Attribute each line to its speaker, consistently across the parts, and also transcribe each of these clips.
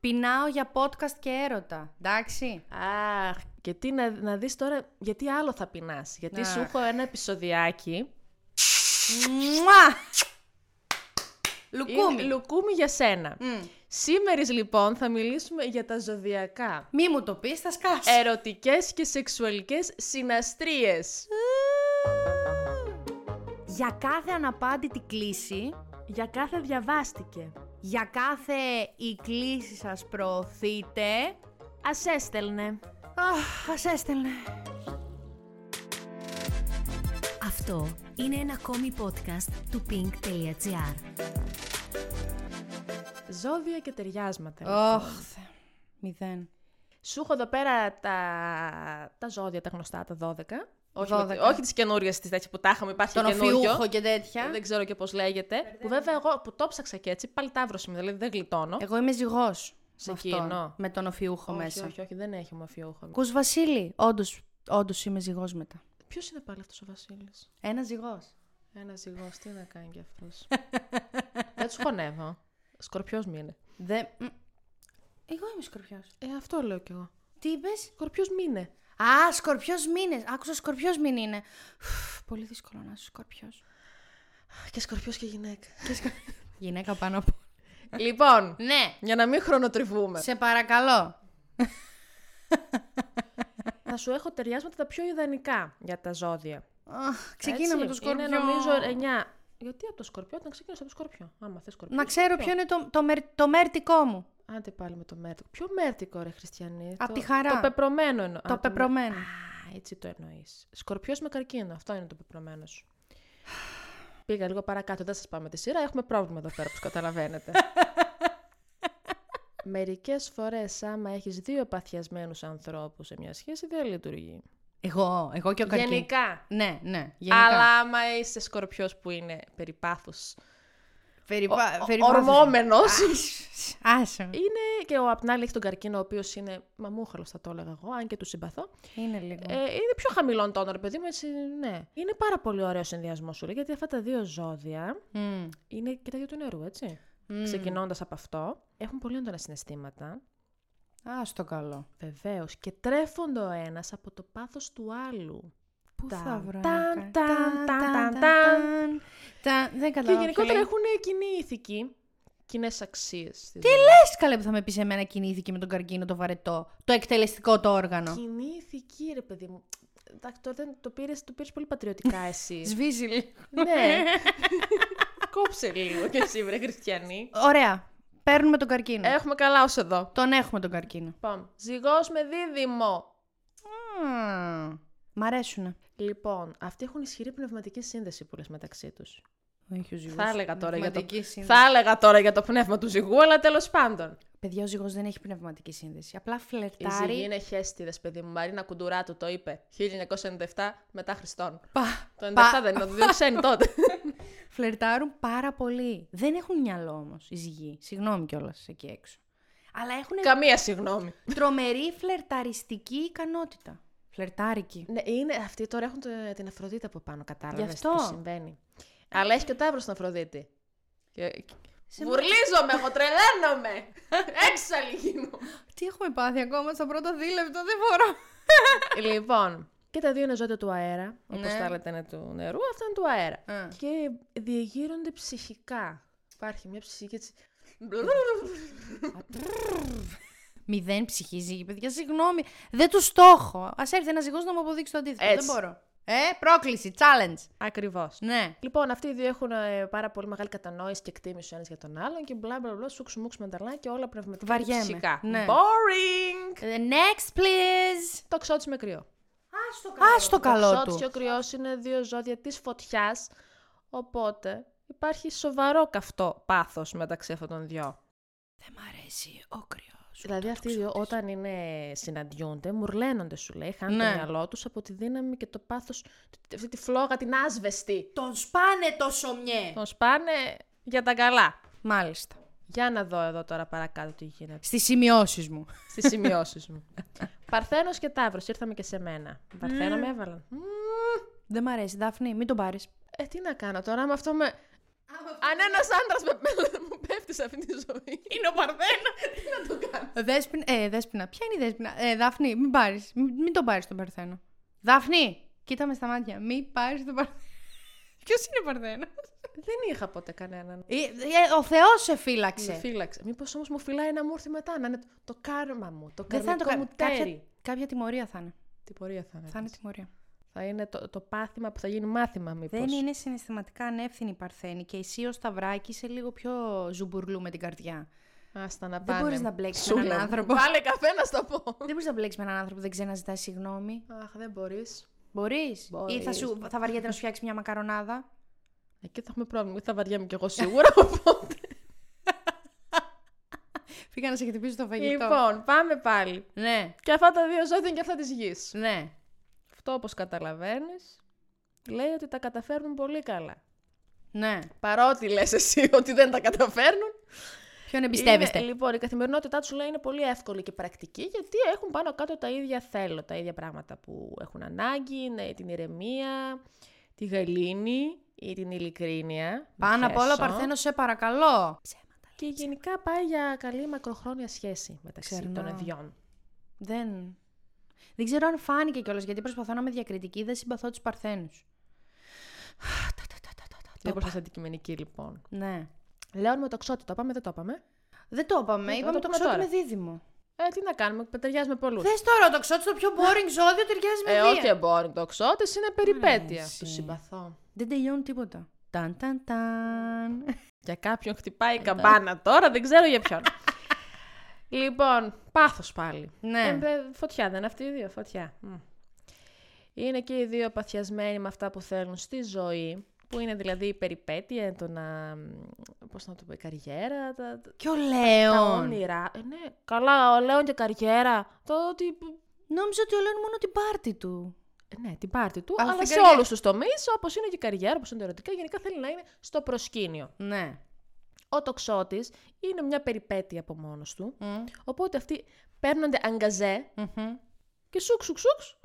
Speaker 1: Πεινάω για podcast και έρωτα. Εντάξει.
Speaker 2: Αχ, και τι να, να δεις τώρα, γιατί άλλο θα πεινάς. Γιατί σου
Speaker 1: Αχ.
Speaker 2: έχω ένα επεισοδιάκι.
Speaker 1: Μουά! Λουκούμι.
Speaker 2: Είναι λουκούμι για σένα.
Speaker 1: Μμ.
Speaker 2: Σήμερα λοιπόν θα μιλήσουμε για τα ζωδιακά.
Speaker 1: Μη μου το πεις, θα σκάσει.
Speaker 2: Ερωτικές και σεξουαλικές συναστρίες.
Speaker 1: Για κάθε αναπάντητη κλίση,
Speaker 2: Για κάθε διαβάστηκε.
Speaker 1: για κάθε η κλίση σας προωθείτε,
Speaker 2: Ας έστελνε.
Speaker 1: αχ, ας έστελνε.
Speaker 3: Αυτό είναι ένα ακόμη podcast του pink.gr.
Speaker 2: Ζώδια και ταιριάσματα.
Speaker 1: Ωχ, Θε. μηδέν.
Speaker 2: Σου έχω εδώ πέρα τα, τα ζώδια, τα γνωστά, τα 12. Όχι, με-
Speaker 1: 12.
Speaker 2: όχι τις καινούριες τις τέτοιες που τα είχαμε, υπάρχει
Speaker 1: Τον
Speaker 2: και καινούριο.
Speaker 1: οφιούχο και τέτοια.
Speaker 2: Δεν ξέρω και πώς λέγεται. Που βέβαια εγώ που το ψάξα και έτσι, πάλι ταύρος είμαι, δηλαδή δεν γλιτώνω.
Speaker 1: Εγώ είμαι ζυγός.
Speaker 2: Σε
Speaker 1: με αυτόν,
Speaker 2: εκείνο.
Speaker 1: Με τον οφιούχο
Speaker 2: όχι,
Speaker 1: μέσα.
Speaker 2: όχι, όχι, δεν έχει ομοφιούχο.
Speaker 1: Ακούς Βασίλη, όντως, όντως είμαι ζυγός μετά.
Speaker 2: Ποιος είναι πάλι αυτός ο Βασίλης.
Speaker 1: Ένας ζυγός.
Speaker 2: Ένας ζυγός, τι να κάνει κι αυτός. Δεν τους χωνεύω. Σκορπιός μου είναι.
Speaker 1: Δε... μ. Εγώ είμαι σκορπιός.
Speaker 2: Ε, αυτό λέω κι εγώ.
Speaker 1: Τι είπες?
Speaker 2: Σκορπιός μου είναι.
Speaker 1: Α, σκορπιός μήνες. Άκουσα σκορπιός μήνε είναι. Φου, Πολύ δύσκολο να είσαι σκορπιός.
Speaker 2: Και σκορπιός και γυναίκα.
Speaker 1: Γυναίκα πάνω από.
Speaker 2: λοιπόν,
Speaker 1: Ναι,
Speaker 2: για να μην χρονοτριβούμε.
Speaker 1: σε παρακαλώ.
Speaker 2: θα σου έχω ταιριάσματα τα πιο ιδανικά για τα ζώδια.
Speaker 1: Αχ, Ξεκίνα με
Speaker 2: Έτσι,
Speaker 1: το σκορπιό.
Speaker 2: Είναι νομίζω ε- 9. Γιατί από το σκορπιό, όταν ξεκίνησε από το σκορπιό. Άμα θες σκορπιό.
Speaker 1: Να ξέρω ποιο είναι το, το, μερ, το μέρτικό μου.
Speaker 2: Άντε πάλι με το μέρτικο. Ποιο μέρτικο, ρε Χριστιανή.
Speaker 1: Απ'
Speaker 2: το-
Speaker 1: τη χαρά.
Speaker 2: Το πεπρωμένο εννοώ.
Speaker 1: το
Speaker 2: Α, μέ-
Speaker 1: πεπρωμένο.
Speaker 2: Α, έτσι το εννοείς. Σκορπιός με καρκίνο. Αυτό είναι το πεπρωμένο σου. Πήγα λίγο παρακάτω. Δεν σας πάμε τη σειρά. Έχουμε πρόβλημα εδώ πέρα, όπως καταλαβαίνετε. Μερικές φορές, άμα έχεις δύο παθιασμένους ανθρώπους σε μια σχέση, δεν λειτουργεί.
Speaker 1: Εγώ, εγώ και ο καρκίνος.
Speaker 2: Γενικά.
Speaker 1: Ναι, ναι. Γενικά.
Speaker 2: Αλλά άμα είσαι σκορπιός που είναι περιπάθους.
Speaker 1: Περιπα...
Speaker 2: Ορμόμενο.
Speaker 1: Άσε. με.
Speaker 2: Είναι και ο απ' την άλλη έχει τον καρκίνο, ο οποίος είναι μαμούχαλος, θα το έλεγα εγώ, αν και του συμπαθώ.
Speaker 1: Είναι λίγο.
Speaker 2: Ε, είναι πιο χαμηλών τόνων, ρε παιδί μου, έτσι, ναι. Είναι πάρα πολύ ωραίο συνδυασμός σου, λέει, γιατί αυτά τα δύο ζώδια
Speaker 1: Μμ.
Speaker 2: είναι και τα δύο του νερού, έτσι. Mm. Ξεκινώντας από αυτό, έχουν πολύ έντονα συναισθήματα,
Speaker 1: Α το καλό.
Speaker 2: βεβαίως, και τρέφονται ο ένας από το πάθος του άλλου.
Speaker 1: Πού
Speaker 2: Ταν,
Speaker 1: θα βρω.
Speaker 2: ταν,
Speaker 1: ένα
Speaker 2: ταν,
Speaker 1: καρ-
Speaker 2: ταν, ταν,
Speaker 1: ταν, ταν. Δεν
Speaker 2: και
Speaker 1: καταλαβαίνω.
Speaker 2: γενικότερα έχουν κοινή ηθική, κοινές αξίες. Τι
Speaker 1: Πες καλέ που θα με πεις εμένα κινήθηκε με τον καρκίνο το βαρετό, το εκτελεστικό το όργανο.
Speaker 2: Κοινή ηθική, ρε παιδί μου. Εντάξει, τώρα δεν το πήρες το πήρες πολύ πατριωτικά εσύ.
Speaker 1: Σβίζει λίγο.
Speaker 2: ναι. Κόψε λίγο κι εσύ, βρε Χριστιανή.
Speaker 1: Ωραία. Παίρνουμε τον καρκίνο.
Speaker 2: Έχουμε καλά ως εδώ.
Speaker 1: Τον έχουμε τον καρκίνο.
Speaker 2: Ναι. Λοιπόν, ζυγός με δίδυμο.
Speaker 1: Μμμ. Μ' αρέσουνε.
Speaker 2: Λοιπόν, αυτοί έχουν ισχυρή πνευματική σύνδεση που λες μεταξύ τους.
Speaker 1: Έχει ο ζυγός.
Speaker 2: Θα έλεγα, τώρα για το...
Speaker 1: Πνευματική σύνδεση.
Speaker 2: θα έλεγα τώρα για το πνεύμα του ζυγού, αλλά τέλος πάντων.
Speaker 1: Παιδιά, ο ζυγός δεν έχει πνευματική σύνδεση. Απλά
Speaker 2: Η ζυγή
Speaker 1: φλερτάρει.
Speaker 2: είναι χέστηρες, παιδί μου. Μαρίνα Κουντουράτου το είπε. 1997 μετά Χριστόν.
Speaker 1: Πα-
Speaker 2: Το 97
Speaker 1: πα-
Speaker 2: δεν είναι, το δύο ξένοι τότε.
Speaker 1: Φλερτάρουν πάρα πολύ. Δεν έχουν μυαλό όμως οι ζυγοί. Συγγνώμη κιόλας εκεί έξω. Αλλά έχουν
Speaker 2: Καμία συγγνώμη.
Speaker 1: τρομερή φλερταριστική ικανότητα. Φλερτάρικη.
Speaker 2: Ναι, είναι, αυτοί τώρα έχουν το- την Αφροδίτη από πάνω, κατάλαβες
Speaker 1: Γι' αυτό.
Speaker 2: τι συμβαίνει. Αλλά έχει και ο Ταύρος την Αφροδίτη. Και...
Speaker 1: Σε
Speaker 2: Βουρλίζομαι, εγώ τρελαίνομαι. Έξαλλη γίνομαι.
Speaker 1: Τι έχουμε πάθει ακόμα στα πρώτα δίλεπτα, δεν μπορώ.
Speaker 2: λοιπόν, και τα δύο είναι ζώδια του αέρα. Όπως
Speaker 1: Ναι.
Speaker 2: τα άλλα ήταν του νερού, αυτά είναι του αέρα.
Speaker 1: Ε.
Speaker 2: Και διεγείρονται ψυχικά. Υπάρχει μια ψυχική έτσι.
Speaker 1: Μηδέν ψυχή ζύγη, παιδιά. Συγγνώμη. Δεν του στόχο. Ας έρθει ένας ζυγός να μου αποδείξει το αντίθετο.
Speaker 2: Έτσι.
Speaker 1: Δεν μπορώ. Ε, πρόκληση, challenge.
Speaker 2: Ακριβώς.
Speaker 1: Ναι.
Speaker 2: Λοιπόν, αυτοί οι δύο έχουν ε, πάρα πολύ μεγάλη κατανόηση και εκτίμηση ο ένας για τον άλλον και μπλα μπλα μπλα, σουξ μουξ μανταλά και όλα πνευματικά. και
Speaker 1: Βαριέμαι,
Speaker 2: Ψυχικά.
Speaker 1: ναι.
Speaker 2: Boring!
Speaker 1: Ε, Next, please.
Speaker 2: Το ξότσι με κρυό.
Speaker 1: Α το καλό
Speaker 2: Ξότσι και
Speaker 1: του.
Speaker 2: ο κρυός είναι δύο ζώδια της φωτιάς. Οπότε υπάρχει σοβαρό καυτό πάθος μεταξύ αυτών των δυο.
Speaker 1: Δεν μ' αρέσει ο κρυός.
Speaker 2: Δηλαδή αυτοί οι δύο όταν είναι, συναντιούνται, μουρλαίνονται σου λέει, χάνουν
Speaker 1: Ναι.
Speaker 2: το μυαλό τους από τη δύναμη και το πάθος, αυτή τη φλόγα την άσβεστη.
Speaker 1: Τον σπάνε το σωμιέ.
Speaker 2: Τον σπάνε για τα καλά.
Speaker 1: Μάλιστα.
Speaker 2: Για να δω εδώ τώρα παρακάτω τι γίνεται
Speaker 1: Στις σημειώσεις μου.
Speaker 2: στις σημειώσεις μου. Παρθένος και Ταύρος, ήρθαμε και σε μένα. Παρθένο με έβαλαν. Μμμ.
Speaker 1: Δεν μ' αρέσει, Δάφνη, μην τον πάρεις.
Speaker 2: Ε, τι να κάνω τώρα, άμα αυτό με...
Speaker 1: Ε,
Speaker 2: Αν ένας άντρας με, με- μου πέφτει σε αυτή τη ζωή. Είναι ο Παρθένος. τι να το κάνω.
Speaker 1: Δέσποινα, ε, Δέσποινα, ποια είναι η Δέσποινα. Ε, Δάφνη, μην πάρεις. Μην, μην τον πάρεις τον Παρθένο. Δάφνη, κοίτα με στα μάτια. Μην πάρεις τον Παρθένο. Ποιος είναι Παρθένος.
Speaker 2: Δεν είχα ποτέ κανέναν.
Speaker 1: Ε, ε, ο Θεός σε φύλαξε.
Speaker 2: Με φύλαξε. Μήπως όμως μου φυλάει να μου έρθει μετά, να είναι το- το κάρμα μου, το
Speaker 1: Δεν θα είναι το
Speaker 2: καρμικό μου
Speaker 1: κα- κάποια,
Speaker 2: τέρι.
Speaker 1: κάποια τιμωρία θα είναι.
Speaker 2: Τι πορεία θα είναι.
Speaker 1: Θα είναι τιμωρία.
Speaker 2: Θα είναι το, το πάθημα που θα γίνει μάθημα, μήπως.
Speaker 1: Δεν είναι συναισθηματικά ανεύθυνη η Παρθένη και εσύ ως Σταυράκη είσαι λίγο πιο ζουμπουρλού με την καρδιά.
Speaker 2: Άστα να
Speaker 1: Δεν
Speaker 2: πάνε.
Speaker 1: μπορείς να μπλέξεις με
Speaker 2: Σούλα
Speaker 1: έναν
Speaker 2: μου.
Speaker 1: άνθρωπο.
Speaker 2: Βάλε καφέ να στο πω.
Speaker 1: Δεν μπορείς να μπλέξεις με έναν άνθρωπο που δεν ξέρει να ζητάει συγγνώμη.
Speaker 2: Αχ, δεν μπορείς.
Speaker 1: Μπορείς. Ή θα,
Speaker 2: Μπορείς.
Speaker 1: σου, θα βαριέται να σου φτιάξει μια μακαρονάδα.
Speaker 2: Εκεί θα έχουμε πρόβλημα. γιατί Θα βαριέμαι κι εγώ σίγουρα. οπότε.
Speaker 1: Πήγα να σε χτυπήσω το φαγητό.
Speaker 2: λοιπόν, πάμε πάλι.
Speaker 1: Ναι,
Speaker 2: Και αυτά τα δύο ζώδια είναι και αυτά της γης.
Speaker 1: ναι.
Speaker 2: Αυτό, όπως καταλαβαίνεις, λέει ότι τα καταφέρνουν πολύ καλά.
Speaker 1: Ναι.
Speaker 2: Παρότι λες εσύ ότι δεν τα καταφέρνουν.
Speaker 1: Ποιον εμπιστεύεστε.
Speaker 2: Είναι- λοιπόν, η καθημερινότητά τους λέει είναι πολύ εύκολη και πρακτική, γιατί έχουν πάνω κάτω τα ίδια θέλω, τα ίδια πράγματα που έχουν ανάγκη, ναι, την ηρεμία, τη γαλήνη ή την ειλικρίνεια. μη
Speaker 1: Πάνω απ' όλα,
Speaker 2: θέσω.
Speaker 1: Παρθένο, σε παρακαλώ. Ψέματα.
Speaker 2: Και γενικά πάει για καλή μακροχρόνια σχέση μεταξύ των
Speaker 1: Ξερνάω.
Speaker 2: ιδιών.
Speaker 1: Δεν. Δεν ξέρω αν φάνηκε κιόλας γιατί προσπαθώ να είμαι διακριτική, δεν συμπαθώ τους Παρθένους.
Speaker 2: Δεν είμαστε αντικειμενικοί λοιπόν.
Speaker 1: Ναι.
Speaker 2: Λέων με τοξότη, το είπαμε, δεν το είπαμε.
Speaker 1: Δεν το είπαμε,
Speaker 2: Ναι, το-
Speaker 1: είπαμε
Speaker 2: το
Speaker 1: το
Speaker 2: πούμε
Speaker 1: ξότι
Speaker 2: τώρα.
Speaker 1: με δίδυμο.
Speaker 2: Ε, τι να κάνουμε, ταιριάζει με πολλούς.
Speaker 1: Δε τώρα το ξότι στο πιο boring ζώδιο ταιριάζει με
Speaker 2: Ε,
Speaker 1: δύο.
Speaker 2: όχι εμπόρου τοξότε, είναι περιπέτεια.
Speaker 1: εσύ.
Speaker 2: Του συμπαθώ.
Speaker 1: Δεν τελειώνει τίποτα. Ταν ταν ταν.
Speaker 2: Για κάποιον χτυπάει η καμπάνα τώρα, δεν ξέρω για ποιον. λοιπόν, πάθος πάλι.
Speaker 1: Ναι.
Speaker 2: Ε, δε- φωτιά δεν είναι αυτοί οι δύο, φωτιά. Μμ. Είναι και οι δύο παθιασμένοι με αυτά που θέλουν στη ζωή, που είναι δηλαδή η περιπέτεια, το να, μ, πώς να το πω, η καριέρα, τα, τα-
Speaker 1: Και ο
Speaker 2: τα
Speaker 1: Λέων.
Speaker 2: όνειρα. Ε, ναι, καλά, ο Λέων και καριέρα, το ότι...
Speaker 1: Νόμιζα ότι ο Λέων μόνο την πάρτη του.
Speaker 2: ε, Ναι, την πάρτη του,
Speaker 1: Αλλά
Speaker 2: αλλά,
Speaker 1: στην
Speaker 2: σε
Speaker 1: καριέρα.
Speaker 2: όλους τους τομείς, όπως είναι και η καριέρα, όπως είναι τα ερωτικά, γενικά θέλει να είναι στο προσκήνιο.
Speaker 1: Ναι.
Speaker 2: Ο τοξότης είναι μια περιπέτεια από μόνος του,
Speaker 1: Μμμ.
Speaker 2: οπότε αυτοί παίρνονται αγκαζέ
Speaker 1: Μμμ.
Speaker 2: και σουξ, σουξ, σουξ,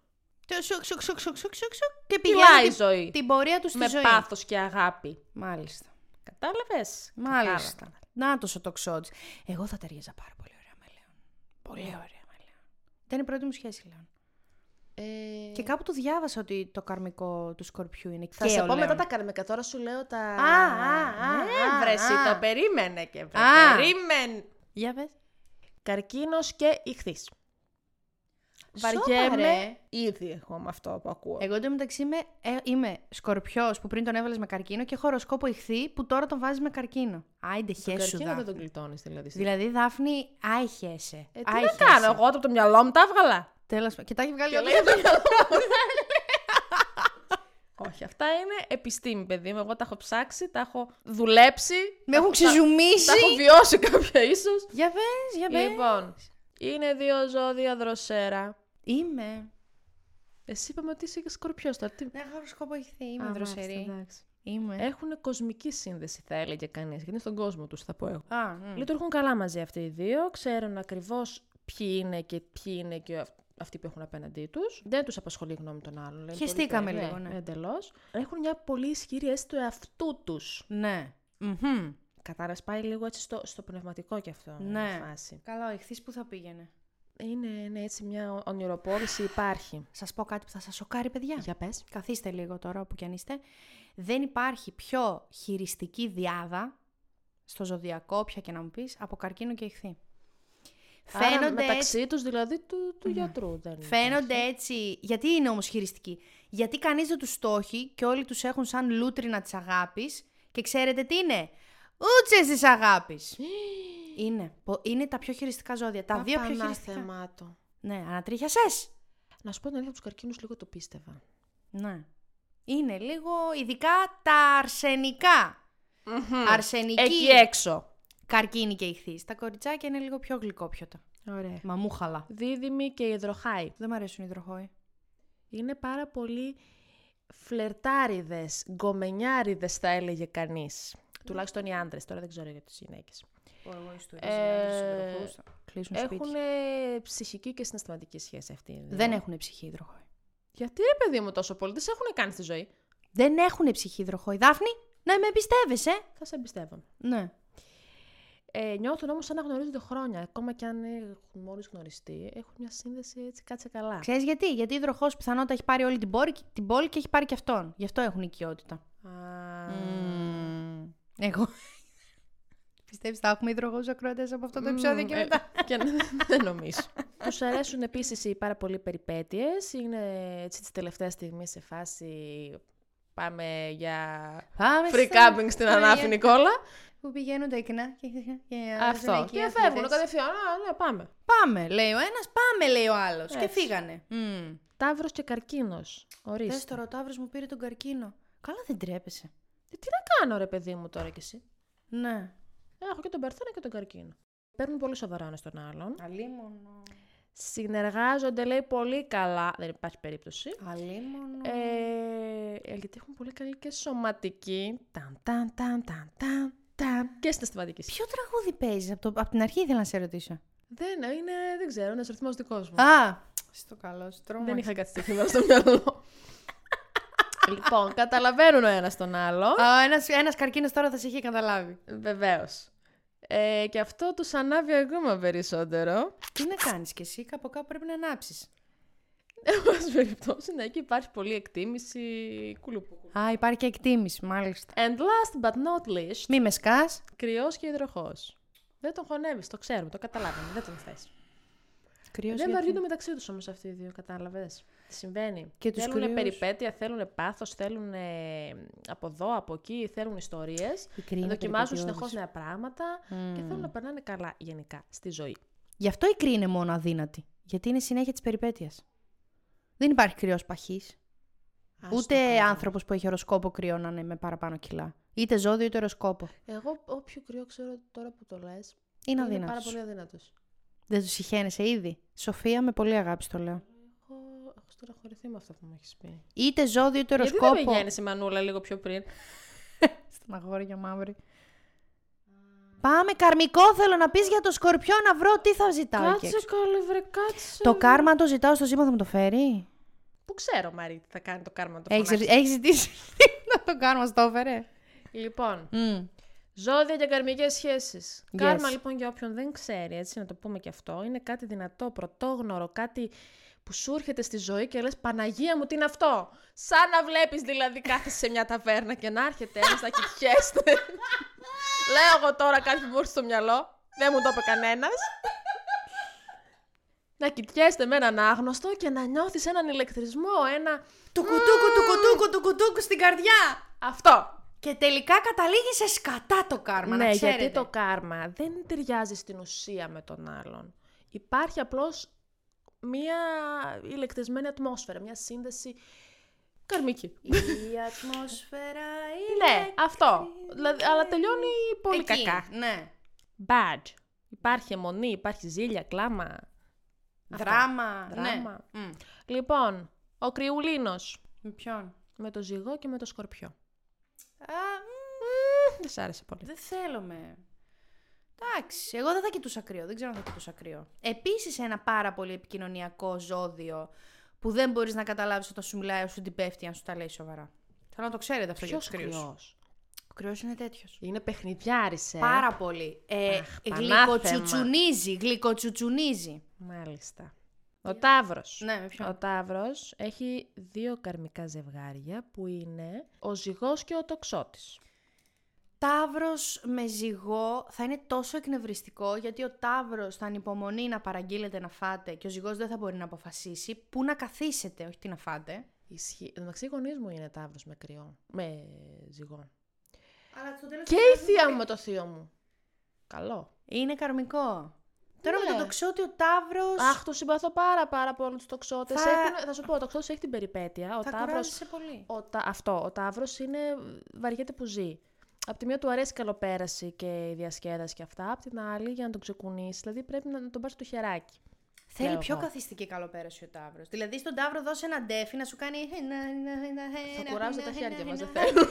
Speaker 1: Το σουκ, σουκ, σουκ, σουκ, σουκ, σουκ, σουκ και
Speaker 2: κυλάει η
Speaker 1: πηγαίνει την,
Speaker 2: ζωή.
Speaker 1: την πορεία του στη
Speaker 2: με
Speaker 1: ζωή.
Speaker 2: πάθος και αγάπη.
Speaker 1: Μάλιστα.
Speaker 2: Κατάλαβες?
Speaker 1: Μάλιστα.
Speaker 2: Κατάλαβα.
Speaker 1: Να το ο τοξότη. Εγώ θα ταιριάζα πάρα πολύ ωραία με Λέων.
Speaker 2: Ναι.
Speaker 1: Πολύ ωραία με Λέων. Ήταν η πρώτη μου σχέση, Λέων.
Speaker 2: Ε,
Speaker 1: Και κάπου το διάβασα ότι το καρμικό του σκορπιού είναι
Speaker 2: θα
Speaker 1: και
Speaker 2: σε
Speaker 1: ο
Speaker 2: πω μετά
Speaker 1: Λέων.
Speaker 2: τα καρμικά, τώρα σου λέω τα...
Speaker 1: Α, α, α,
Speaker 2: ναι,
Speaker 1: α,
Speaker 2: βρε, εσύ,
Speaker 1: α.
Speaker 2: το περίμενε και βρε,
Speaker 1: Α.
Speaker 2: περίμενε.
Speaker 1: Για πες.
Speaker 2: Καρκίνος και ηχθής. Βαριέμαι,
Speaker 1: Σοβαρέ.
Speaker 2: ήδη εγώ με αυτό που ακούω.
Speaker 1: Εγώ εντωμεταξύ είμαι, ε, είμαι σκορπιός που πριν τον έβαλες με καρκίνο και χωροσκόπο ηχθή που τώρα τον βάζεις με καρκίνο. Άιντε,
Speaker 2: τον
Speaker 1: χέσου,
Speaker 2: καρκίνο δεν
Speaker 1: Δάφνη.
Speaker 2: τον κλειτώνεις δηλαδή.
Speaker 1: Δηλαδή, Δάφνη, άιχεσαι.
Speaker 2: Ε, τι να κάνω, εγώ από το μυαλό μου τα έβγαλα.
Speaker 1: Τέλος πάντων. Και τα έχει βγάλει
Speaker 2: Και
Speaker 1: όλα.
Speaker 2: λέει από το μυαλό μου. Όχι, αυτά είναι επιστήμη, παιδί μου. Εγώ τα έχω ψάξει, τα έχω δουλέψει.
Speaker 1: Με
Speaker 2: τα-
Speaker 1: έχουν ξεζουμίσει.
Speaker 2: Τα, τα έχω βιώσει κάποια ίσως.
Speaker 1: Για πες, για πες.
Speaker 2: Λοιπόν, είναι δύο ζώδια δροσέρα.
Speaker 1: Είμαι.
Speaker 2: Εσύ είπαμε ότι είσαι σκορπιός τώρα. Τι...
Speaker 1: Ναι, χωροσκόπο ηχθή,
Speaker 2: Α,
Speaker 1: είμαι
Speaker 2: μάλιστα,
Speaker 1: δροσερή.
Speaker 2: εντάξει.
Speaker 1: Είμαι.
Speaker 2: Έχουν κοσμική σύνδεση, θα έλεγε κανείς. Γιατί είναι στον κόσμο τους, θα πω εγώ.
Speaker 1: Α, μ.
Speaker 2: Λειτουργούν καλά μαζί αυτοί οι δύο. Ξέρουν ακριβώς ποιοι είναι και ποιοι είναι και αυ- αυτοί που έχουν απέναντί τους. Δεν τους απασχολεί η γνώμη των άλλων. λένε
Speaker 1: Χεστήκαμε
Speaker 2: πολύ,
Speaker 1: λίγο, ναι.
Speaker 2: Εντελώς. Έχουν μια πολύ ισχυρή αίσθηση του εαυτού τους.
Speaker 1: Ναι. Μμμ.
Speaker 2: Κατάρας πάει λίγο έτσι στο, στο πνευματικό κι αυτό.
Speaker 1: Ναι.
Speaker 2: η Φάση.
Speaker 1: Καλά, ο ηχθής που θα πήγαινε.
Speaker 2: Είναι ναι, έτσι μια ο- ονειροπόληση υπάρχει.
Speaker 1: Σας πω κάτι που θα σας σοκάρει, παιδιά.
Speaker 2: Για πες.
Speaker 1: Καθίστε λίγο τώρα όπου κι αν είστε. Δεν υπάρχει πιο χειριστική διάδα στο ζωδιακό, όποια και να μου πεις, από καρκίνο και ηχθή.
Speaker 2: Άρα,
Speaker 1: Φαίνονται, έτσι- Ναι.
Speaker 2: μεταξύ τους δηλαδή του, του γιατρού. Δεν
Speaker 1: φαίνονται έτσι. Γιατί είναι όμως χειριστικοί. Γιατί κανείς δεν τους στόχει και όλοι τους έχουν σαν λούτρινα της αγάπης και ξέρετε τι είναι. Ούτσες της αγάπης. Είναι. Πο- Είναι τα πιο χειριστικά ζώδια. Τα δύο πιο χειριστικά.
Speaker 2: θεμάτο.
Speaker 1: Ναι, ανατρίχιασες.
Speaker 2: Να σου πω την αλήθεια, τους καρκίνους λίγο το πίστευα.
Speaker 1: Ναι. Είναι λίγο ειδικά τα αρσενικά. Αρσενική,
Speaker 2: Εκεί έξω.
Speaker 1: καρκίνη και ηχθείς. Τα κοριτσάκια είναι λίγο πιο γλυκόπιωτα.
Speaker 2: Ωραία.
Speaker 1: Μαμούχαλα.
Speaker 2: Δίδυμοι και υδροχάοι.
Speaker 1: Δεν μ' αρέσουν οι υδροχόοι.
Speaker 2: Είναι πάρα πολύ φλερτάριδες, γκομενιάριδες θα έλεγε κανείς.
Speaker 1: Ναι.
Speaker 2: Τουλάχιστον οι άντρες, τώρα δεν ξέρω για τις γυναίκες.
Speaker 1: Εγώ ιστορίες
Speaker 2: Ε,
Speaker 1: Κλείσουν
Speaker 2: Έχουν
Speaker 1: σπίτι.
Speaker 2: ψυχική και συναισθηματική σχέση αυτή. οι δύο.
Speaker 1: Δεν έχουν ψυχή οι υδροχόοι.
Speaker 2: Γιατί ρε παιδί μου τόσο πολύ, τις σε έχουν κάνει στη ζωή.
Speaker 1: Δεν έχουν ψυχή οι υδροχόοι. Δάφνη, να με εμπιστεύεσαι.
Speaker 2: Θα σε εμπιστεύω.
Speaker 1: Ναι.
Speaker 2: Ε, νιώθουν όμως σαν να γνωρίζονται χρόνια. Ακόμα και αν έχουν μόλις γνωριστεί, έχουν μια σύνδεση έτσι κάτσε καλά.
Speaker 1: Ξέρεις γιατί. Γιατί η υδροχό πιθανότατα έχει πάρει όλη την πόλη, την πόλη και έχει πάρει και αυτόν. Γι' αυτό έχουν οικειότητα.
Speaker 2: Α,
Speaker 1: Εγώ. Πιστεύεις θα έχουμε υδροχούς ακροατές από αυτό το επεισόδιο και
Speaker 2: ε,
Speaker 1: μετά.
Speaker 2: και να- δεν νομίζω. Τους αρέσουν επίσης οι πάρα πολλοί περιπέτειες. Είναι έτσι τη τελευταία στιγμή σε φάση. Πάμε για.
Speaker 1: Πάμε
Speaker 2: Free camping στην Ανάφη Νικόλα.
Speaker 1: Που πηγαίνουν τα κοινά και, και
Speaker 2: Αυτό. Και φεύγουν κατευθείαν. Α, ναι, πάμε.
Speaker 1: Πάμε, λέει ο ένας, πάμε, λέει ο άλλος. Και
Speaker 2: Έτσι.
Speaker 1: φύγανε.
Speaker 2: Ταύρος και καρκίνος.
Speaker 1: Δες
Speaker 2: Ορίστε.
Speaker 1: τώρα, ο Ταύρος μου πήρε τον καρκίνο. Καλά δεν τρέπεσαι.
Speaker 2: Τι να κάνω, ρε παιδί μου, τώρα κι εσύ.
Speaker 1: Ναι.
Speaker 2: Έχω και τον παρθένα και τον καρκίνο. Παίρνουν πολύ σοβαρά ένας τον άλλον.
Speaker 1: Αλίμονο.
Speaker 2: Συνεργάζονται, λέει, πολύ καλά. Δεν υπάρχει περίπτωση.
Speaker 1: Αλίμονο.
Speaker 2: Ε, γιατί έχουν πολύ καλή και σωματική. Ταν, ταν, ταν, ταν, ταν, ταν. Και συναισθηματική.
Speaker 1: Ποιο τραγούδι παίζεις από, το... από την αρχή, ήθελα να σε ρωτήσω.
Speaker 2: Δεν ε, είναι, δεν ξέρω, ένας αριθμό δικός μου.
Speaker 1: Α! Στο καλό, στρώμα.
Speaker 2: δεν είχα κάτι τέτοιο στο μυαλό. λοιπόν, καταλαβαίνουν ο ένας τον άλλο.
Speaker 1: ένας, ένας καρκίνος τώρα θα σε είχε καταλάβει.
Speaker 2: Βεβαίως. Ε, και αυτό τους ανάβει ακόμα περισσότερο.
Speaker 1: Τι να κάνεις κι εσύ, κάπου κάπου πρέπει να ανάψεις.
Speaker 2: Εν πάση περιπτώσει, ναι, και υπάρχει πολλή εκτίμηση κουλουπού.
Speaker 1: Α, υπάρχει και εκτίμηση, μάλιστα.
Speaker 2: And last but not least,
Speaker 1: Μη με σκάς.
Speaker 2: κρυός και υδροχός. Δεν τον χωνεύεις, το ξέρουμε, το καταλάβαμε, δεν τον θες.
Speaker 1: Κρύος
Speaker 2: δεν
Speaker 1: γιατί.
Speaker 2: βαριούνται μεταξύ τους όμως αυτοί οι δύο, κατάλαβες. Τι συμβαίνει.
Speaker 1: Και τους
Speaker 2: θέλουν
Speaker 1: κρυούς.
Speaker 2: περιπέτεια, θέλουν πάθος, θέλουν ε, από εδώ, από εκεί, θέλουν ιστορίες.
Speaker 1: Οι κρύοι είναι
Speaker 2: δοκιμάζουν
Speaker 1: περιπετειώδεις.
Speaker 2: συνεχώς νέα πράγματα και
Speaker 1: Μμμ.
Speaker 2: θέλουν να περνάνε καλά γενικά στη ζωή.
Speaker 1: Γι' αυτό η κρύη είναι μόνο αδύνατη. Γιατί είναι συνέχεια της περιπέτειας. Δεν υπάρχει κρυό παχή.
Speaker 2: Ας το
Speaker 1: Ούτε
Speaker 2: κάνω.
Speaker 1: άνθρωπος που έχει οροσκόπο κρυό να είναι με παραπάνω κιλά. Είτε ζώδιο είτε οροσκόπο.
Speaker 2: Εγώ όποιο κρυό ξέρω τώρα που το λες,
Speaker 1: Είναι
Speaker 2: είναι πάρα
Speaker 1: αδύνατος.
Speaker 2: πολύ αδύνατος.
Speaker 1: Δεν τους συχαίνεσαι ήδη. Σοφία, με πολύ αγάπη στο λέω.
Speaker 2: Έχω, έχω στεναχωρηθεί με αυτό που μου έχεις πει.
Speaker 1: Είτε ζώδιο είτε
Speaker 2: Γιατί δεν
Speaker 1: οροσκόπο.
Speaker 2: με γέννησε η Μανούλα λίγο πιο πριν.
Speaker 1: Στην αγόρια μαύρη. Πάμε καρμικό, θέλω να πεις για το σκορπιό να βρω τι θα ζητάω. εκεί έξω.
Speaker 2: καλή, βρε, κάτσε.
Speaker 1: Το κάρμα το ζητάω στο σήμα θα μου το φέρει.
Speaker 2: Πού ξέρω, Μαρή, τι θα κάνει το κάρμα να το φωνάξει.
Speaker 1: Έχεις ζητήσει να το κάρμα στο έφερε.
Speaker 2: Λοιπόν,
Speaker 1: Μμμ.
Speaker 2: ζώδια για καρμικές σχέσεις. Κάρμα,
Speaker 1: Yes.
Speaker 2: λοιπόν, για όποιον δεν ξέρει, έτσι να το πούμε και αυτό, είναι κάτι δυνατό, πρωτόγνωρο, κάτι που σου έρχεται στη ζωή και λες Παναγία μου, τι είναι αυτό. Σαν να βλέπεις δηλαδή κάθεσαι σε μια ταβέρνα και να έρχεται ένας να κοιτιέστε. Λέω εγώ τώρα κάτι που μου ήρθε στο μυαλό. Δεν μου το είπε κανένας. να κοιτιέστε με έναν άγνωστο και να νιώθεις έναν ηλεκτρισμό, ένα.
Speaker 1: Του κουτούκου, του κουτούκου, του κουτούκου στην καρδιά.
Speaker 2: Αυτό!
Speaker 1: Και τελικά καταλήγει σε σκατά το κάρμα,
Speaker 2: ναι,
Speaker 1: να ξέρετε.
Speaker 2: γιατί το κάρμα δεν ταιριάζει στην ουσία με τον άλλον. Υπάρχει απλώς μία ηλεκτρισμένη ατμόσφαιρα, μία σύνδεση καρμική.
Speaker 1: Η ατμόσφαιρα είναι...
Speaker 2: ναι, αυτό. Δηλαδή, αλλά τελειώνει πολύ
Speaker 1: Εκεί,
Speaker 2: κακά.
Speaker 1: Ναι.
Speaker 2: Bad. Υπάρχει αιμονή, υπάρχει ζήλια, κλάμα. Αυτά.
Speaker 1: Δράμα.
Speaker 2: Δράμα.
Speaker 1: Ναι. Μμ.
Speaker 2: Λοιπόν, ο Κρυουλίνος
Speaker 1: Με ποιον.
Speaker 2: με το ζυγό και με το σκορπιό.
Speaker 1: Α, μ,
Speaker 2: Δεν σ' άρεσε πολύ.
Speaker 1: δεν θέλω με. Εντάξει, εγώ δεν θα κοιτούσα κρύο, δεν ξέρω αν θα κοιτούσα κρύο. Επίσης ένα πάρα πολύ επικοινωνιακό ζώδιο που δεν μπορείς να καταλάβεις όταν σου μιλάει, σου την πέφτει αν σου τα λέει σοβαρά. Θέλω να το ξέρετε αυτό
Speaker 2: Ποιος
Speaker 1: για τους κρύους.
Speaker 2: κρυός.
Speaker 1: Ο κρύος είναι τέτοιος.
Speaker 2: Είναι παιχνιδιάρης, ε.
Speaker 1: Πάρα πολύ. Ε,
Speaker 2: Αχ,
Speaker 1: γλυκοτσουτσουνίζει, γλυκοτσουτσουνίζει.
Speaker 2: Μάλιστα. Ο Ταύρος.
Speaker 1: Ναι, με ποιον.
Speaker 2: Ο Ταύρος έχει δύο καρμικά ζευγάρια που είναι ο ζυγός και ο τοξότης.
Speaker 1: Ταύρος με ζυγό θα είναι τόσο εκνευριστικό γιατί ο Ταύρος θα ανυπομονεί να παραγγείλετε να φάτε και ο ζυγός δεν θα μπορεί να αποφασίσει πού να καθίσετε, όχι τι να φάτε.
Speaker 2: Ισχύει. Εν τω μεταξύ οι γονείς μου είναι Ταύρος με κρυό, με ζυγό.
Speaker 1: Αλλά στο τέλος
Speaker 2: Και η θεία μου με το θείο μου. Καλό.
Speaker 1: είναι καρμικό. Τώρα με
Speaker 2: Ναι.
Speaker 1: τον τοξότη ο Ταύρος
Speaker 2: Αχ, το συμπαθώ πάρα πάρα πολύ τους τοξότες.
Speaker 1: Θα-
Speaker 2: Έχουν- θα σου πω, ο τοξότης έχει την περιπέτεια. Ο
Speaker 1: θα
Speaker 2: Ταύρος
Speaker 1: κουράζεσαι πολύ.
Speaker 2: Ο, τα, αυτό, ο Ταύρος είναι βαριέται που ζει. Απ' τη μία του αρέσει η καλοπέραση και η διασκέδαση και αυτά, απ' την άλλη για να τον ξεκουνήσει, δηλαδή πρέπει να, να τον πάρει το χεράκι.
Speaker 1: Θέλει
Speaker 2: Λέω
Speaker 1: πιο
Speaker 2: εγώ.
Speaker 1: καθιστική καλοπέραση ο Ταύρος. Δηλαδή στον Ταύρο δώσε ένα ντέφι να σου κάνει...
Speaker 2: Θα
Speaker 1: Θα
Speaker 2: κουράζω τα χέρια μας, δεν θέλω.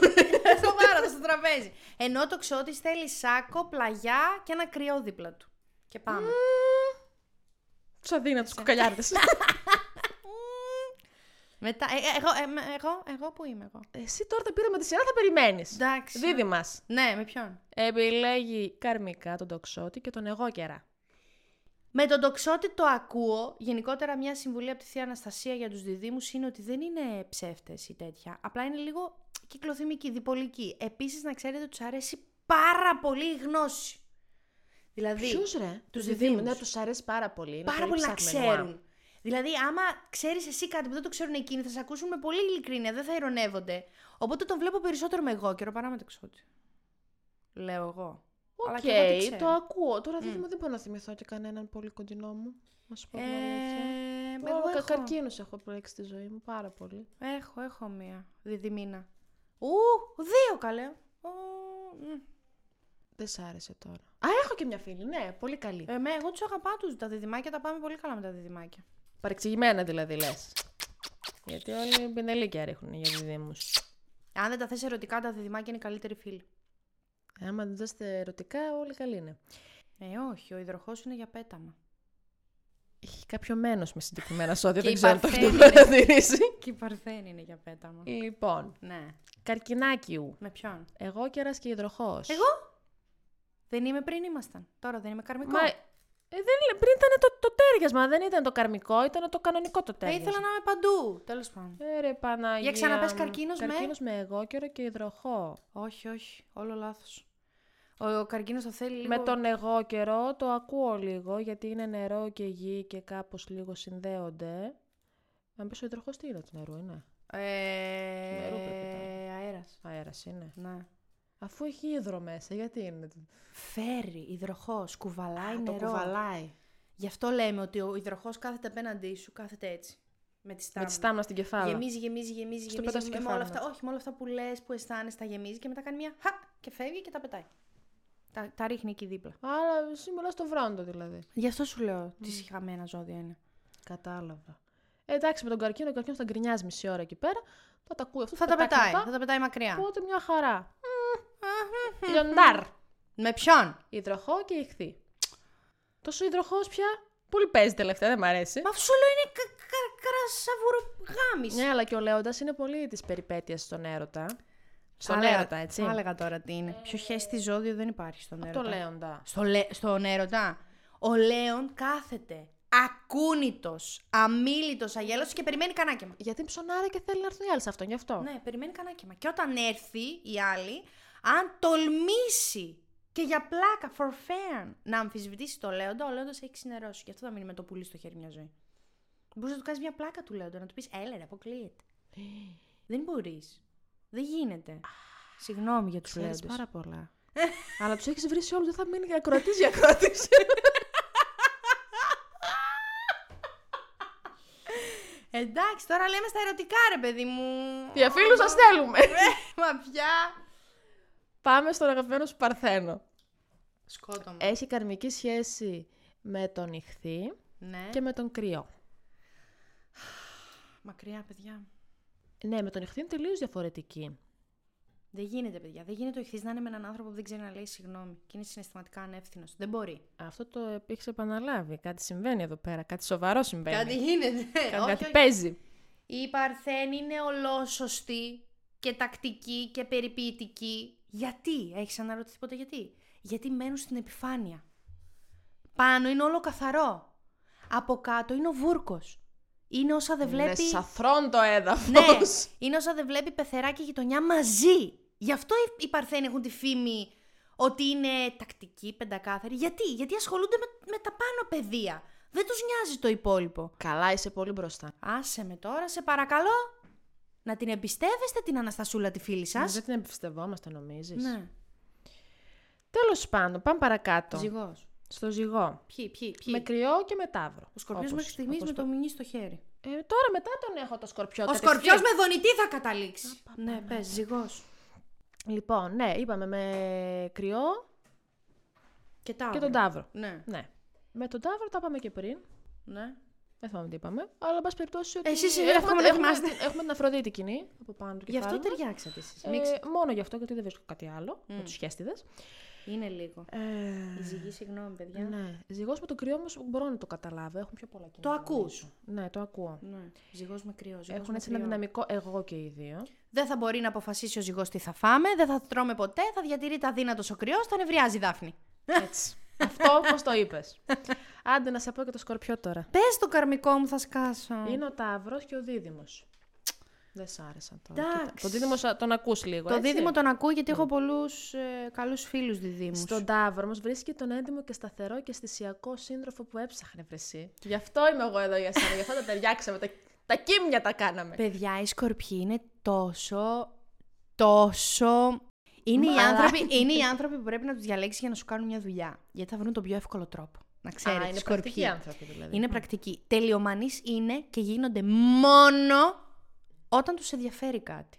Speaker 1: Στο βάρο, στο τραπέζι. Ενώ το τοξότης θέλει σάκο, πλαγιά και ένα κρυό δίπλα του. Και πάμε.
Speaker 2: Τους αδύνατους κουκαλιάρδες.
Speaker 1: Μετά, ε, ε, εγώ, ε, με- εγώ, εγώ που είμαι εγώ.
Speaker 2: Εσύ τώρα τα πήραμε τη σειρά, θα περιμένεις.
Speaker 1: Εντάξει.
Speaker 2: Δίδυ μας.
Speaker 1: Ναι, με ποιον.
Speaker 2: Επιλέγει καρμικά τον τοξότη και τον εγώ κερά.
Speaker 1: Με τον τοξότη το ακούω. Γενικότερα, μια συμβουλή από τη Θεία Αναστασία για τους διδήμου είναι ότι δεν είναι ψεύτες ή τέτοια. Απλά είναι λίγο κυκλοθυμική, διπολική. Επίσης, να ξέρετε ότι τους αρέσει πάρα πολύ η γνώση. Δηλαδή,
Speaker 2: Ποιους, ρε?
Speaker 1: τους
Speaker 2: διδύμους.
Speaker 1: διδύμους.
Speaker 2: Ναι, τους αρέσει πάρα πολύ. Είναι
Speaker 1: πάρα πολύ να
Speaker 2: ψαγμενουά.
Speaker 1: ξέρουν. Δηλαδή, άμα ξέρεις εσύ κάτι που δεν το ξέρουν εκείνοι, θα σε ακούσουν με πολύ ειλικρίνεια, δεν θα ειρωνεύονται. Οπότε τον βλέπω περισσότερο με εγώ καιρό παρά με τοξότη. Λέω εγώ. Αλλά
Speaker 2: Οκ,
Speaker 1: και εγώ τι ξέρω.
Speaker 2: το ακούω. Τώρα δίδυμο δεν μπορώ να θυμηθώ και κανέναν πολύ κοντινό μου. Να σου πω την αλήθεια.
Speaker 1: Ε,
Speaker 2: Εγώ
Speaker 1: εγώ Ε, έχω.
Speaker 2: καρκίνους έχω προέξει στη ζωή μου πάρα πολύ.
Speaker 1: Έχω, έχω μία. Διδυμίνα. Ου, δύο καλέ. Ω, μ.
Speaker 2: Δεν σ' άρεσε τώρα. Α, έχω και μια φίλη, ναι, πολύ καλή.
Speaker 1: Ε, με, εγώ τους αγαπάω τους τα διδυμάκια, τα πάμε πολύ καλά με τα διδυμάκια.
Speaker 2: Παρεξηγημένα δηλαδή λες. Γιατί όλοι μπενελίκια ρίχνουν για διδύμους.
Speaker 1: Αν δεν τα θες ερωτικά, τα διδυμάκια είναι οι καλύτεροι φίλοι.
Speaker 2: Άμα δεν δώσετε ερωτικά, όλοι καλοί είναι.
Speaker 1: Ε, όχι, ο υδροχός είναι για πέταμα.
Speaker 2: Έχει κάποιο μένος με συγκεκριμένα σώδια,
Speaker 1: Και
Speaker 2: δεν
Speaker 1: η
Speaker 2: ξέρω αν το έχετε
Speaker 1: Παρθένη.
Speaker 2: παρατηρήσει.
Speaker 1: Και η παρθένη είναι για πέταμα.
Speaker 2: Λοιπόν,
Speaker 1: Ναι.
Speaker 2: καρκινάκιου.
Speaker 1: Με ποιον.
Speaker 2: Εγώ κέρας και υδροχός.
Speaker 1: Εγώ. Δεν είμαι πριν ήμασταν. Τώρα δεν είμαι καρμικό.
Speaker 2: Μα... Ε, δεν είναι, πριν ήταν το, το τέριασμα, δεν ήταν το καρμικό, ήταν το κανονικό το
Speaker 1: Θα
Speaker 2: τέριασμα.
Speaker 1: Ε, ήθελα να είμαι παντού. Τέλος πάντων.
Speaker 2: Ε, ρε Παναγία
Speaker 1: Για ξαναπες
Speaker 2: μου.
Speaker 1: καρκίνος με-
Speaker 2: Καρκίνος με εγώ καιρο και υδροχό.
Speaker 1: Όχι, όχι. Όλο λάθος. Ο, ο καρκίνος το θέλει λίγο.
Speaker 2: Με τον εγώ καιρό το ακούω λίγο, γιατί είναι νερό και γη και κάπως λίγο συνδέονται. Αν πεις ο υδροχός τι είναι του νερού, είναι.
Speaker 1: Ε...
Speaker 2: Νερό πρέπει να
Speaker 1: Αέρας.
Speaker 2: Αέρας είναι.
Speaker 1: Ναι.
Speaker 2: Αφού έχει ύδρο μέσα, γιατί είναι.
Speaker 1: Φέρει υδροχός, κουβαλάει νερό.
Speaker 2: κουβαλάει.
Speaker 1: Γι' αυτό λέμε ότι ο υδροχός κάθεται απέναντί σου, κάθεται έτσι. Με τη
Speaker 2: Με
Speaker 1: στάμνα.
Speaker 2: τη στάμνα στην κεφάλα.
Speaker 1: Γεμίζει, γεμίζει, γεμίζει.
Speaker 2: Στο πετάς
Speaker 1: γεμίζει
Speaker 2: στο
Speaker 1: με, με
Speaker 2: κεφάλι
Speaker 1: όλα αυτά.
Speaker 2: μας.
Speaker 1: Όχι, με όλα αυτά που λες, που αισθάνεσαι, τα γεμίζει και μετά κάνει μια χα και φεύγει και τα πετάει. Τα, τα ρίχνει εκεί δίπλα.
Speaker 2: Αλλά εσύ μιλάς στο βρόντο δηλαδή.
Speaker 1: Γι' αυτό σου λέω τι συχαμένα ζώδια είναι.
Speaker 2: Κατάλαβα. Ε, εντάξει, με τον καρκίνο, ο καρκίνος θα γκρινιάζει μισή ώρα εκεί πέρα. Θα τα ακούει αυτό.
Speaker 1: Θα τα
Speaker 2: πετάξει
Speaker 1: πετάει,
Speaker 2: μετά,
Speaker 1: θα τα πετάει μακριά.
Speaker 2: Οπότε μια χαρά. Λιοντάρ.
Speaker 1: Με ποιον?
Speaker 2: Υδροχό και ηχθή. Τόσο υδροχός πια. Πολύ παίζει τελευταία, δεν μ' αρέσει.
Speaker 1: Μα αυτό σου λέω είναι κα- κα- καρασαβουρογάμις.
Speaker 2: Ναι, αλλά και ο Λέοντας είναι πολύ της περιπέτειας στον έρωτα. Στον
Speaker 1: Θα έλεγα-
Speaker 2: έρωτα, έτσι.
Speaker 1: Θα έλεγα τώρα τι είναι. Πιο χέστη ζώδιο δεν υπάρχει στον
Speaker 2: Από
Speaker 1: έρωτα.
Speaker 2: το Λέοντα.
Speaker 1: Στο λε- Στον έρωτα. Ο Λέων κάθεται ακούνητος, αμήλυτος, αγέλος και περιμένει κανάκεμα.
Speaker 2: Γιατί ψωνάρε και θέλει να έρθουν οι άλλοι σε αυτόν, γι' αυτό.
Speaker 1: Ναι, περιμένει κανάκεμα. Και όταν έρθει η άλλη, αν τολμήσει και για πλάκα, for fair, να αμφισβητήσει το Λέοντα, ο Λέοντας έχει ξυνερώσει. Γι' αυτό θα μείνει με το πουλί στο χέρι μια ζωή. Μπορείς να του κάνεις μια πλάκα του Λέοντα, να του πεις Έλα, ρε, αποκλείεται. Δεν μπορείς. Δεν γίνεται. Συγγνώμη για τους
Speaker 2: Ξέρεις
Speaker 1: Λέοντες.
Speaker 2: πάρα πολλά. αλλά τους έχεις βρει όλους, δεν θα μείνει ακροατής για ακροατής.
Speaker 1: Εντάξει, τώρα λέμε στα ερωτικά, ρε παιδί μου.
Speaker 2: Για φίλους σας θέλουμε.
Speaker 1: Μα πια.
Speaker 2: Πάμε στον αγαπημένο σου Παρθένο.
Speaker 1: Σκότωμα.
Speaker 2: Mm. Έχει καρμική σχέση με τον ηχθή
Speaker 1: ναι.
Speaker 2: και με τον κρυό.
Speaker 1: Μακριά, παιδιά.
Speaker 2: Ναι, με τον ηχθή είναι τελείως διαφορετική.
Speaker 1: Δεν γίνεται, παιδιά. Δεν γίνεται ο ηχθής να είναι με έναν άνθρωπο που δεν ξέρει να λέει συγγνώμη και είναι συναισθηματικά ανεύθυνος. Δεν μπορεί.
Speaker 2: Αυτό το έχεις επαναλάβει. Κάτι συμβαίνει εδώ πέρα. Κάτι σοβαρό συμβαίνει.
Speaker 1: Κάτι γίνεται.
Speaker 2: Κα-
Speaker 1: όχι,
Speaker 2: κάτι
Speaker 1: όχι.
Speaker 2: παίζει.
Speaker 1: Η Παρθένη είναι ολόσωστη και τακτική και περιποιητική. Γιατί, έχεις αναρωτηθεί ποτέ γιατί. Γιατί μένουν στην επιφάνεια. Πάνω είναι όλο καθαρό. Από κάτω είναι ο βούρκος. Είναι όσα δεν βλέπει.
Speaker 2: Είναι σαθρόν το έδαφος.
Speaker 1: Ναι, είναι όσα δεν βλέπει πεθερά και γειτονιά μαζί. Γι' αυτό οι- οι Παρθένοι έχουν τη φήμη ότι είναι τακτικοί, πεντακάθαροι. Γιατί, γιατί ασχολούνται με, με τα πάνω παιδεία. Δεν τους νοιάζει το υπόλοιπο.
Speaker 2: Καλά, είσαι πολύ μπροστά.
Speaker 1: Άσε με τώρα, σε παρακαλώ. Να την εμπιστεύεστε την Αναστασούλα τη φίλη σας.
Speaker 2: Δεν την εμπιστευόμαστε, νομίζεις.
Speaker 1: Ναι.
Speaker 2: Τέλος πάντων, πάμε παρακάτω.
Speaker 1: Ζυγός.
Speaker 2: Στο ζυγό.
Speaker 1: Ποιοι, ποιοι, ποιοι.
Speaker 2: Με κρυό και με ταύρο.
Speaker 1: Ο Σκορπιός
Speaker 2: Όπως-
Speaker 1: μέχρι στιγμής
Speaker 2: όπως
Speaker 1: με το μηνύς στο χέρι.
Speaker 2: Ε, τώρα μετά τον έχω το σκορπιό.
Speaker 1: Ο
Speaker 2: κατευθείαν.
Speaker 1: Σκορπιός με δονητή θα καταλήξει. Ναι, πες, ζυγός.
Speaker 2: Λοιπόν, ναι, είπαμε με κρυό
Speaker 1: Και, τάβρο.
Speaker 2: και τον ταύρο.
Speaker 1: Ναι,
Speaker 2: Ναι. Με τον ταύρο τα πάμε και πριν.
Speaker 1: ναι.
Speaker 2: Δεν θυμάμαι τι είπαμε. Αλλά, εν πάση περιπτώσει. Ότι
Speaker 1: Εσείς εύχομαι
Speaker 2: έχουμε,
Speaker 1: να
Speaker 2: έχουμε,
Speaker 1: θυμάστε.
Speaker 2: την- έχουμε την Αφροδίτη κοινή από πάνω του
Speaker 1: Γι' αυτό
Speaker 2: κεφάλι μας.
Speaker 1: ταιριάξατε εσείς.
Speaker 2: Ε, μόνο γι' αυτό, γιατί δεν βρίσκω κάτι άλλο με του χέστιδε.
Speaker 1: Είναι λίγο.
Speaker 2: Ε,
Speaker 1: Η ζυγή, συγγνώμη, παιδιά.
Speaker 2: ναι. Ζυγός με το κρυό όμως μπορώ να το καταλάβω. Έχουν πιο πολλά κοινά.
Speaker 1: Το ακούς.
Speaker 2: Ναι, το ακούω.
Speaker 1: Ναι. Ζυγός με κρυό. ζυγός
Speaker 2: Έχουν
Speaker 1: με
Speaker 2: έτσι ένα
Speaker 1: κρυό.
Speaker 2: δυναμικό εγώ και οι δύο.
Speaker 1: Δεν θα μπορεί να αποφασίσει ο ζυγός τι θα φάμε, δεν θα τρώμε ποτέ, θα διατηρεί τα δύνατο ο κρυός, θα νευριάζει η Δάφνη.
Speaker 2: Έτσι. Αυτό όπως το είπες. Άντε να σε πω και το σκορπιό τώρα.
Speaker 1: Πες το καρμικό μου, θα σκάσω.
Speaker 2: Είναι ο Ταύρος και ο Δίδυμος. Δεν σ' άρεσαν τώρα.
Speaker 1: Εντάξει.
Speaker 2: Κοίτα, Το Δίδυμο σα- τον ακούς λίγο,
Speaker 1: Το
Speaker 2: έτσι. Ναι.
Speaker 1: δίδυμο τον ακούω γιατί έχω πολλούς ε, καλούς φίλους διδήμους.
Speaker 2: Στον Ταύρο όμω βρίσκει τον έντιμο και σταθερό και αισθησιακό σύντροφο που έψαχνε βρεσί. Γι' αυτό είμαι εγώ εδώ για σένα, γι' αυτό τα ταιριάξαμε. Τα, τα κύμια τα κάναμε.
Speaker 1: Παιδιά, οι σκορπιοί είναι τόσο, τόσο... Είναι οι,
Speaker 2: Μαλά.
Speaker 1: άνθρωποι, είναι οι άνθρωποι που πρέπει να τους διαλέξεις για να σου κάνουν μια δουλειά. Γιατί θα βρουν τον πιο εύκολο τρόπο. Να ξέρετε,
Speaker 2: Α, είναι
Speaker 1: σκορπιοί.
Speaker 2: πρακτικοί άνθρωποι δηλαδή.
Speaker 1: Είναι πρακτική. Τελειομανείς είναι και γίνονται μόνο όταν τους ενδιαφέρει κάτι.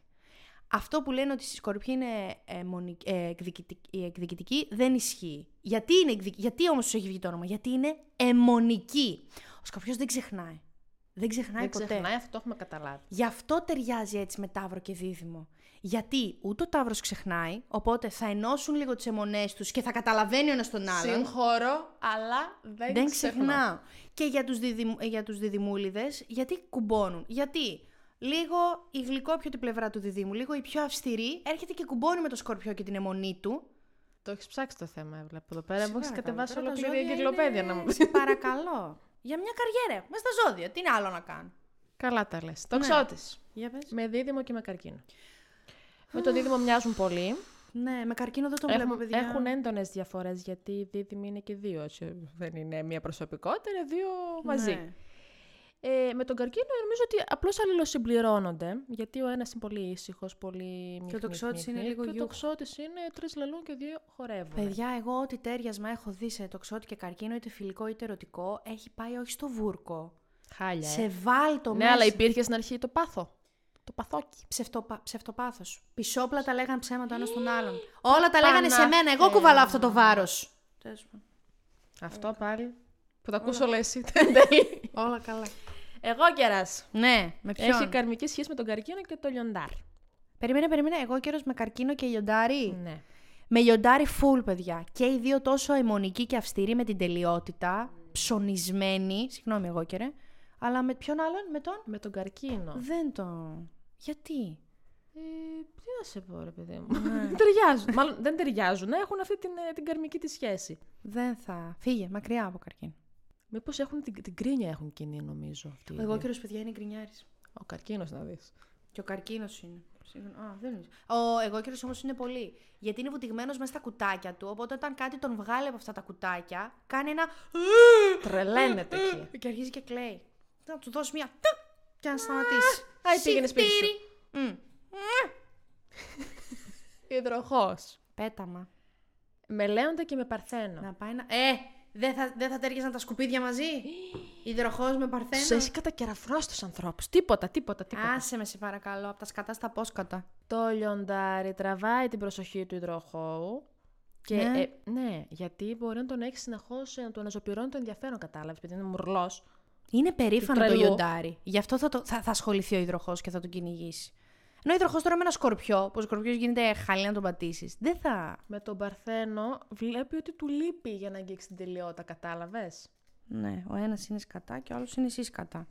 Speaker 1: Αυτό που λένε ότι οι σκορπιοί είναι ε, μονι- ε, εκδικητικ- οι εκδικητικοί δεν ισχύει. Γιατί, είναι εκδικ... Γιατί όμως τους έχει βγει το όνομα. Γιατί είναι αιμονικοί. Ο σκορπιός δεν ξεχνάει. Δεν ξεχνάει
Speaker 2: Δεν
Speaker 1: ποτέ.
Speaker 2: ξεχνάει, αυτό το έχουμε καταλάβει.
Speaker 1: Γι' αυτό ταιριάζει έτσι με Ταύρο και Δίδυμο. Γιατί ούτε ο Ταύρος ξεχνάει, οπότε θα ενώσουν λίγο τις αιμονές τους και θα καταλαβαίνει ο ένας τον άλλον.
Speaker 2: Συγχωρώ, αλλά δεν,
Speaker 1: Δεν
Speaker 2: ξεχνώ.
Speaker 1: ξεχνάω. Και για τους, διδυμ... ε, για τους διδυμούλιδες, γιατί κουμπώνουν. Γιατί λίγο η γλυκόπιωτη πλευρά του διδύμου, λίγο η πιο αυστηρή, έρχεται και κουμπώνει με το σκορπιό και την αιμονή του.
Speaker 2: Το έχεις ψάξει το θέμα, έβλεπα εδώ πέρα. Μου
Speaker 1: Σιγά
Speaker 2: έχεις
Speaker 1: να
Speaker 2: κατεβάσει
Speaker 1: κάνω. Τώρα τα
Speaker 2: ολόκληρη
Speaker 1: ζώδια
Speaker 2: εγκυκλοπαίδια
Speaker 1: είναι-
Speaker 2: να μου πει.
Speaker 1: Σε παρακαλώ. Για μια καριέρα έχουμε στα ζώδια. Τι άλλο να κάνω.
Speaker 2: Καλά τα λες.
Speaker 1: Ναι.
Speaker 2: Τοξότης.
Speaker 1: Για πες.
Speaker 2: Με δίδυμο και με καρκίνο. Με το δίδυμο μοιάζουν πολύ.
Speaker 1: Ναι, με καρκίνο δεν τον βλέπω,
Speaker 2: Έχουν,
Speaker 1: παιδιά. Ναι.
Speaker 2: έχουν έντονες διαφορές γιατί οι δίδυμοι είναι και δύο. Έτσι. Δεν είναι μία προσωπικότητα, είναι δύο μαζί.
Speaker 1: Ναι.
Speaker 2: Ε, με τον καρκίνο νομίζω ότι απλώς αλληλοσυμπληρώνονται. Γιατί ο ένας είναι πολύ ήσυχος, πολύ
Speaker 1: Και ο
Speaker 2: μυχνής,
Speaker 1: τοξότης είναι
Speaker 2: μυχνής,
Speaker 1: λίγο
Speaker 2: Και ο
Speaker 1: γιούχ.
Speaker 2: τοξότης είναι τρεις λαλούν και δύο χορεύουν.
Speaker 1: Παιδιά, εγώ ό,τι τέριασμα έχω δει σε τοξότη και καρκίνο, είτε φιλικό είτε ερωτικό, έχει πάει όχι στο βούρκο.
Speaker 2: Χάλια. ε.
Speaker 1: Σε βάλτο
Speaker 2: Ναι,
Speaker 1: μέσα.
Speaker 2: αλλά υπήρχε στην αρχή το πάθο. Το παθόκι.
Speaker 1: ψευτοπα... ψευτοπάθος. Πισόπλατα λέγανε ψέματα ο ένας τον άλλον. Όλα τα λέγανε σε μένα. Εγώ
Speaker 2: Παναθέρα.
Speaker 1: κουβαλάω αυτό το βάρο.
Speaker 2: Αυτό πάλι. Που το ακούσω, λε. τέλει.
Speaker 1: Όλα καλά.
Speaker 2: Εγώ κερά.
Speaker 1: Ναι, με ποιον.
Speaker 2: Έχει καρμική σχέση με τον καρκίνο και το λιοντάρ.
Speaker 1: Περίμενε, περίμενε. Εγώ καιρός με καρκίνο και λιοντάρι.
Speaker 2: Ναι.
Speaker 1: Με λιοντάρι full, παιδιά. Και οι δύο τόσο αιμονικοί και αυστηροί με την τελειότητα. Ψωνισμένοι. Συγγνώμη, εγώ καιρε. Αλλά με ποιον άλλον, με τον.
Speaker 2: Με τον καρκίνο.
Speaker 1: Δεν τον. Γιατί.
Speaker 2: Ε, τι να σε πω, ρε παιδί μου. ταιριάζουν. Μάλλον δεν ταιριάζουν. Έχουν αυτή την, ε, την καρμική τη σχέση.
Speaker 1: Δεν θα. Φύγε, μακριά από καρκίνο.
Speaker 2: Μήπως έχουν την, την κρίνια έχουν κοινή, νομίζω. Αυτή
Speaker 1: Ο εγώ καιρό, παιδιά, είναι γκρινιάρης.
Speaker 2: Ο καρκίνος να δεις.
Speaker 1: Και ο καρκίνος είναι. Συγγνώμη. Α, δεν είναι. Ο εγώκυρο όμως είναι πολύ. Γιατί είναι βουτυγμένος μέσα στα κουτάκια του. Οπότε όταν κάτι τον βγάλει από αυτά τα κουτάκια, κάνει ένα.
Speaker 2: Τρελαίνεται εκεί.
Speaker 1: Και αρχίζει και κλαίει. Να του δώσεις μια. τουκ Και να σταματήσει.
Speaker 2: Α, ή πήγαινε σπίτι σου.
Speaker 1: Συχτήρι. Μμ.
Speaker 2: Υδροχός.
Speaker 1: Πέταμα.
Speaker 2: Με λέοντα και με παρθένο.
Speaker 1: Να πάει να. Ε! Δεν θα, δεν θα τέριαζαν τα σκουπίδια μαζί. Υδροχός με
Speaker 2: Του
Speaker 1: παρθένο.
Speaker 2: έχει κατακεραφρώσει του ανθρώπους. Τίποτα, τίποτα, τίποτα.
Speaker 1: Άσε με σε παρακαλώ, από τα σκατά στα πόσκατα.
Speaker 2: Το λιοντάρι τραβάει την προσοχή του υδροχώου. Και,
Speaker 1: Ναι.
Speaker 2: ναι. Ε, ναι, γιατί μπορεί να τον έχεις συνεχώς να τον αζωπυρώνει το ενδιαφέρον, κατάλαβες, επειδή είναι μουρλός.
Speaker 1: Είναι περήφανο
Speaker 2: Του
Speaker 1: το
Speaker 2: τρελού.
Speaker 1: λιοντάρι. Γι' αυτό θα, το, θα, θα ασχοληθεί ο υδροχός και θα τον κυνηγήσει. Ενώ ο υδροχός τώρα με ένα σκορπιό, που ο σκορπιός γίνεται χαλή να τον πατήσεις. Δεν θα.
Speaker 2: Με τον Παρθένο βλέπει ότι του λείπει για να αγγίξει την τελειότητα, κατάλαβες.
Speaker 1: Ναι, ο ένας είναι σκατά και ο άλλος είναι εσύ σκατά.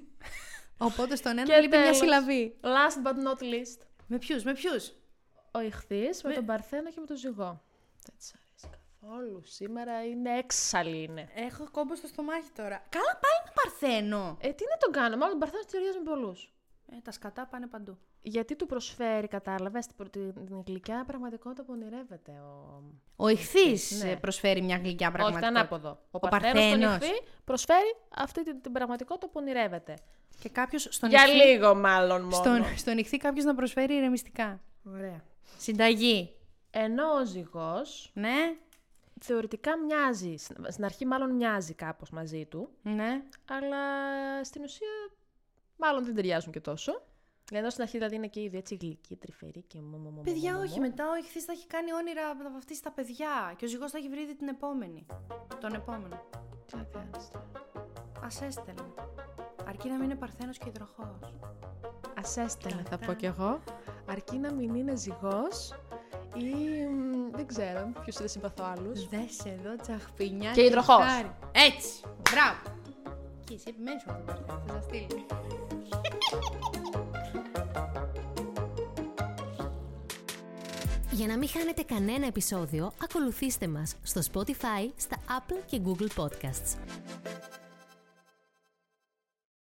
Speaker 1: Οπότε στον
Speaker 2: Και
Speaker 1: ένα λείπει μια
Speaker 2: τέλος.
Speaker 1: συλλαβή.
Speaker 2: Last but not least,
Speaker 1: Με ποιους, με ποιους.
Speaker 2: ο ηχθής με τον Παρθένο και με τον Ζυγό. Δεν τη αρέσει καθόλου. Σήμερα είναι έξαλλη είναι.
Speaker 1: Έχω κόμπο στο στομάχι τώρα. Καλά, πάλι με παρθένο.
Speaker 2: Ε, τι να τον κάνω, μάλλον τον Παρθένο ταιριάζει με πολλούς.
Speaker 1: Ε, τα σκατά πάνε παντού.
Speaker 2: Γιατί του προσφέρει, κατάλαβες, την γλυκιά πραγματικότητα που ονειρεύεται ο.
Speaker 1: Ο ηχθής
Speaker 2: Ναι.
Speaker 1: προσφέρει μια γλυκιά
Speaker 2: Όχι,
Speaker 1: πραγματικότητα.
Speaker 2: ήταν ανάποδο. Ο, ο
Speaker 1: Παρθένος.
Speaker 2: στον ηχθή προσφέρει αυτή την, την πραγματικότητα που ονειρεύεται.
Speaker 1: Και κάποιος στον
Speaker 2: Για
Speaker 1: ηχθή.
Speaker 2: λίγο, μάλλον μόνο.
Speaker 1: Στον, στον ηχθή κάποιος να προσφέρει ηρεμιστικά.
Speaker 2: Ωραία.
Speaker 1: Συνταγή.
Speaker 2: Ενώ ο ζυγός
Speaker 1: Ναι,
Speaker 2: θεωρητικά μοιάζει, στην στην αρχή μάλλον μοιάζει κάπως μαζί του,
Speaker 1: ναι.
Speaker 2: αλλά στην ουσία μάλλον δεν ταιριάζουν και τόσο. Ενώ στην αρχή δηλαδή είναι και ήδη έτσι γλυκή, τρυφερή και μου, μου, μου, μου,
Speaker 1: Παιδιά,
Speaker 2: μου,
Speaker 1: όχι.
Speaker 2: μου.
Speaker 1: Μετά ο ηχθής θα έχει κάνει όνειρα να βαφτίσει τα παιδιά. Και ο ζυγός θα έχει βρει ήδη την επόμενη. Τον επόμενο.
Speaker 2: Τι να κάνεις τώρα.
Speaker 1: Ας έστελνε. Αρκεί να μην είναι παρθένος και υδροχός.
Speaker 2: Ας έστελνα θα πω κι εγώ, αρκεί να μην είναι ζυγός ή μ, Δεν ξέρω ποιου δεν συμπαθώ άλλους.
Speaker 1: Δες εδώ τσαχπινιά
Speaker 2: Και υδροχός.
Speaker 1: τσαχάρι. Έτσι. Μπράβο. Και εσύ επιμένεις με αυτό το Θα σας στείλω.
Speaker 3: Για να μην χάνετε κανένα επεισόδιο, ακολουθήστε μας στο Spotify, στα Apple και Google Podcasts.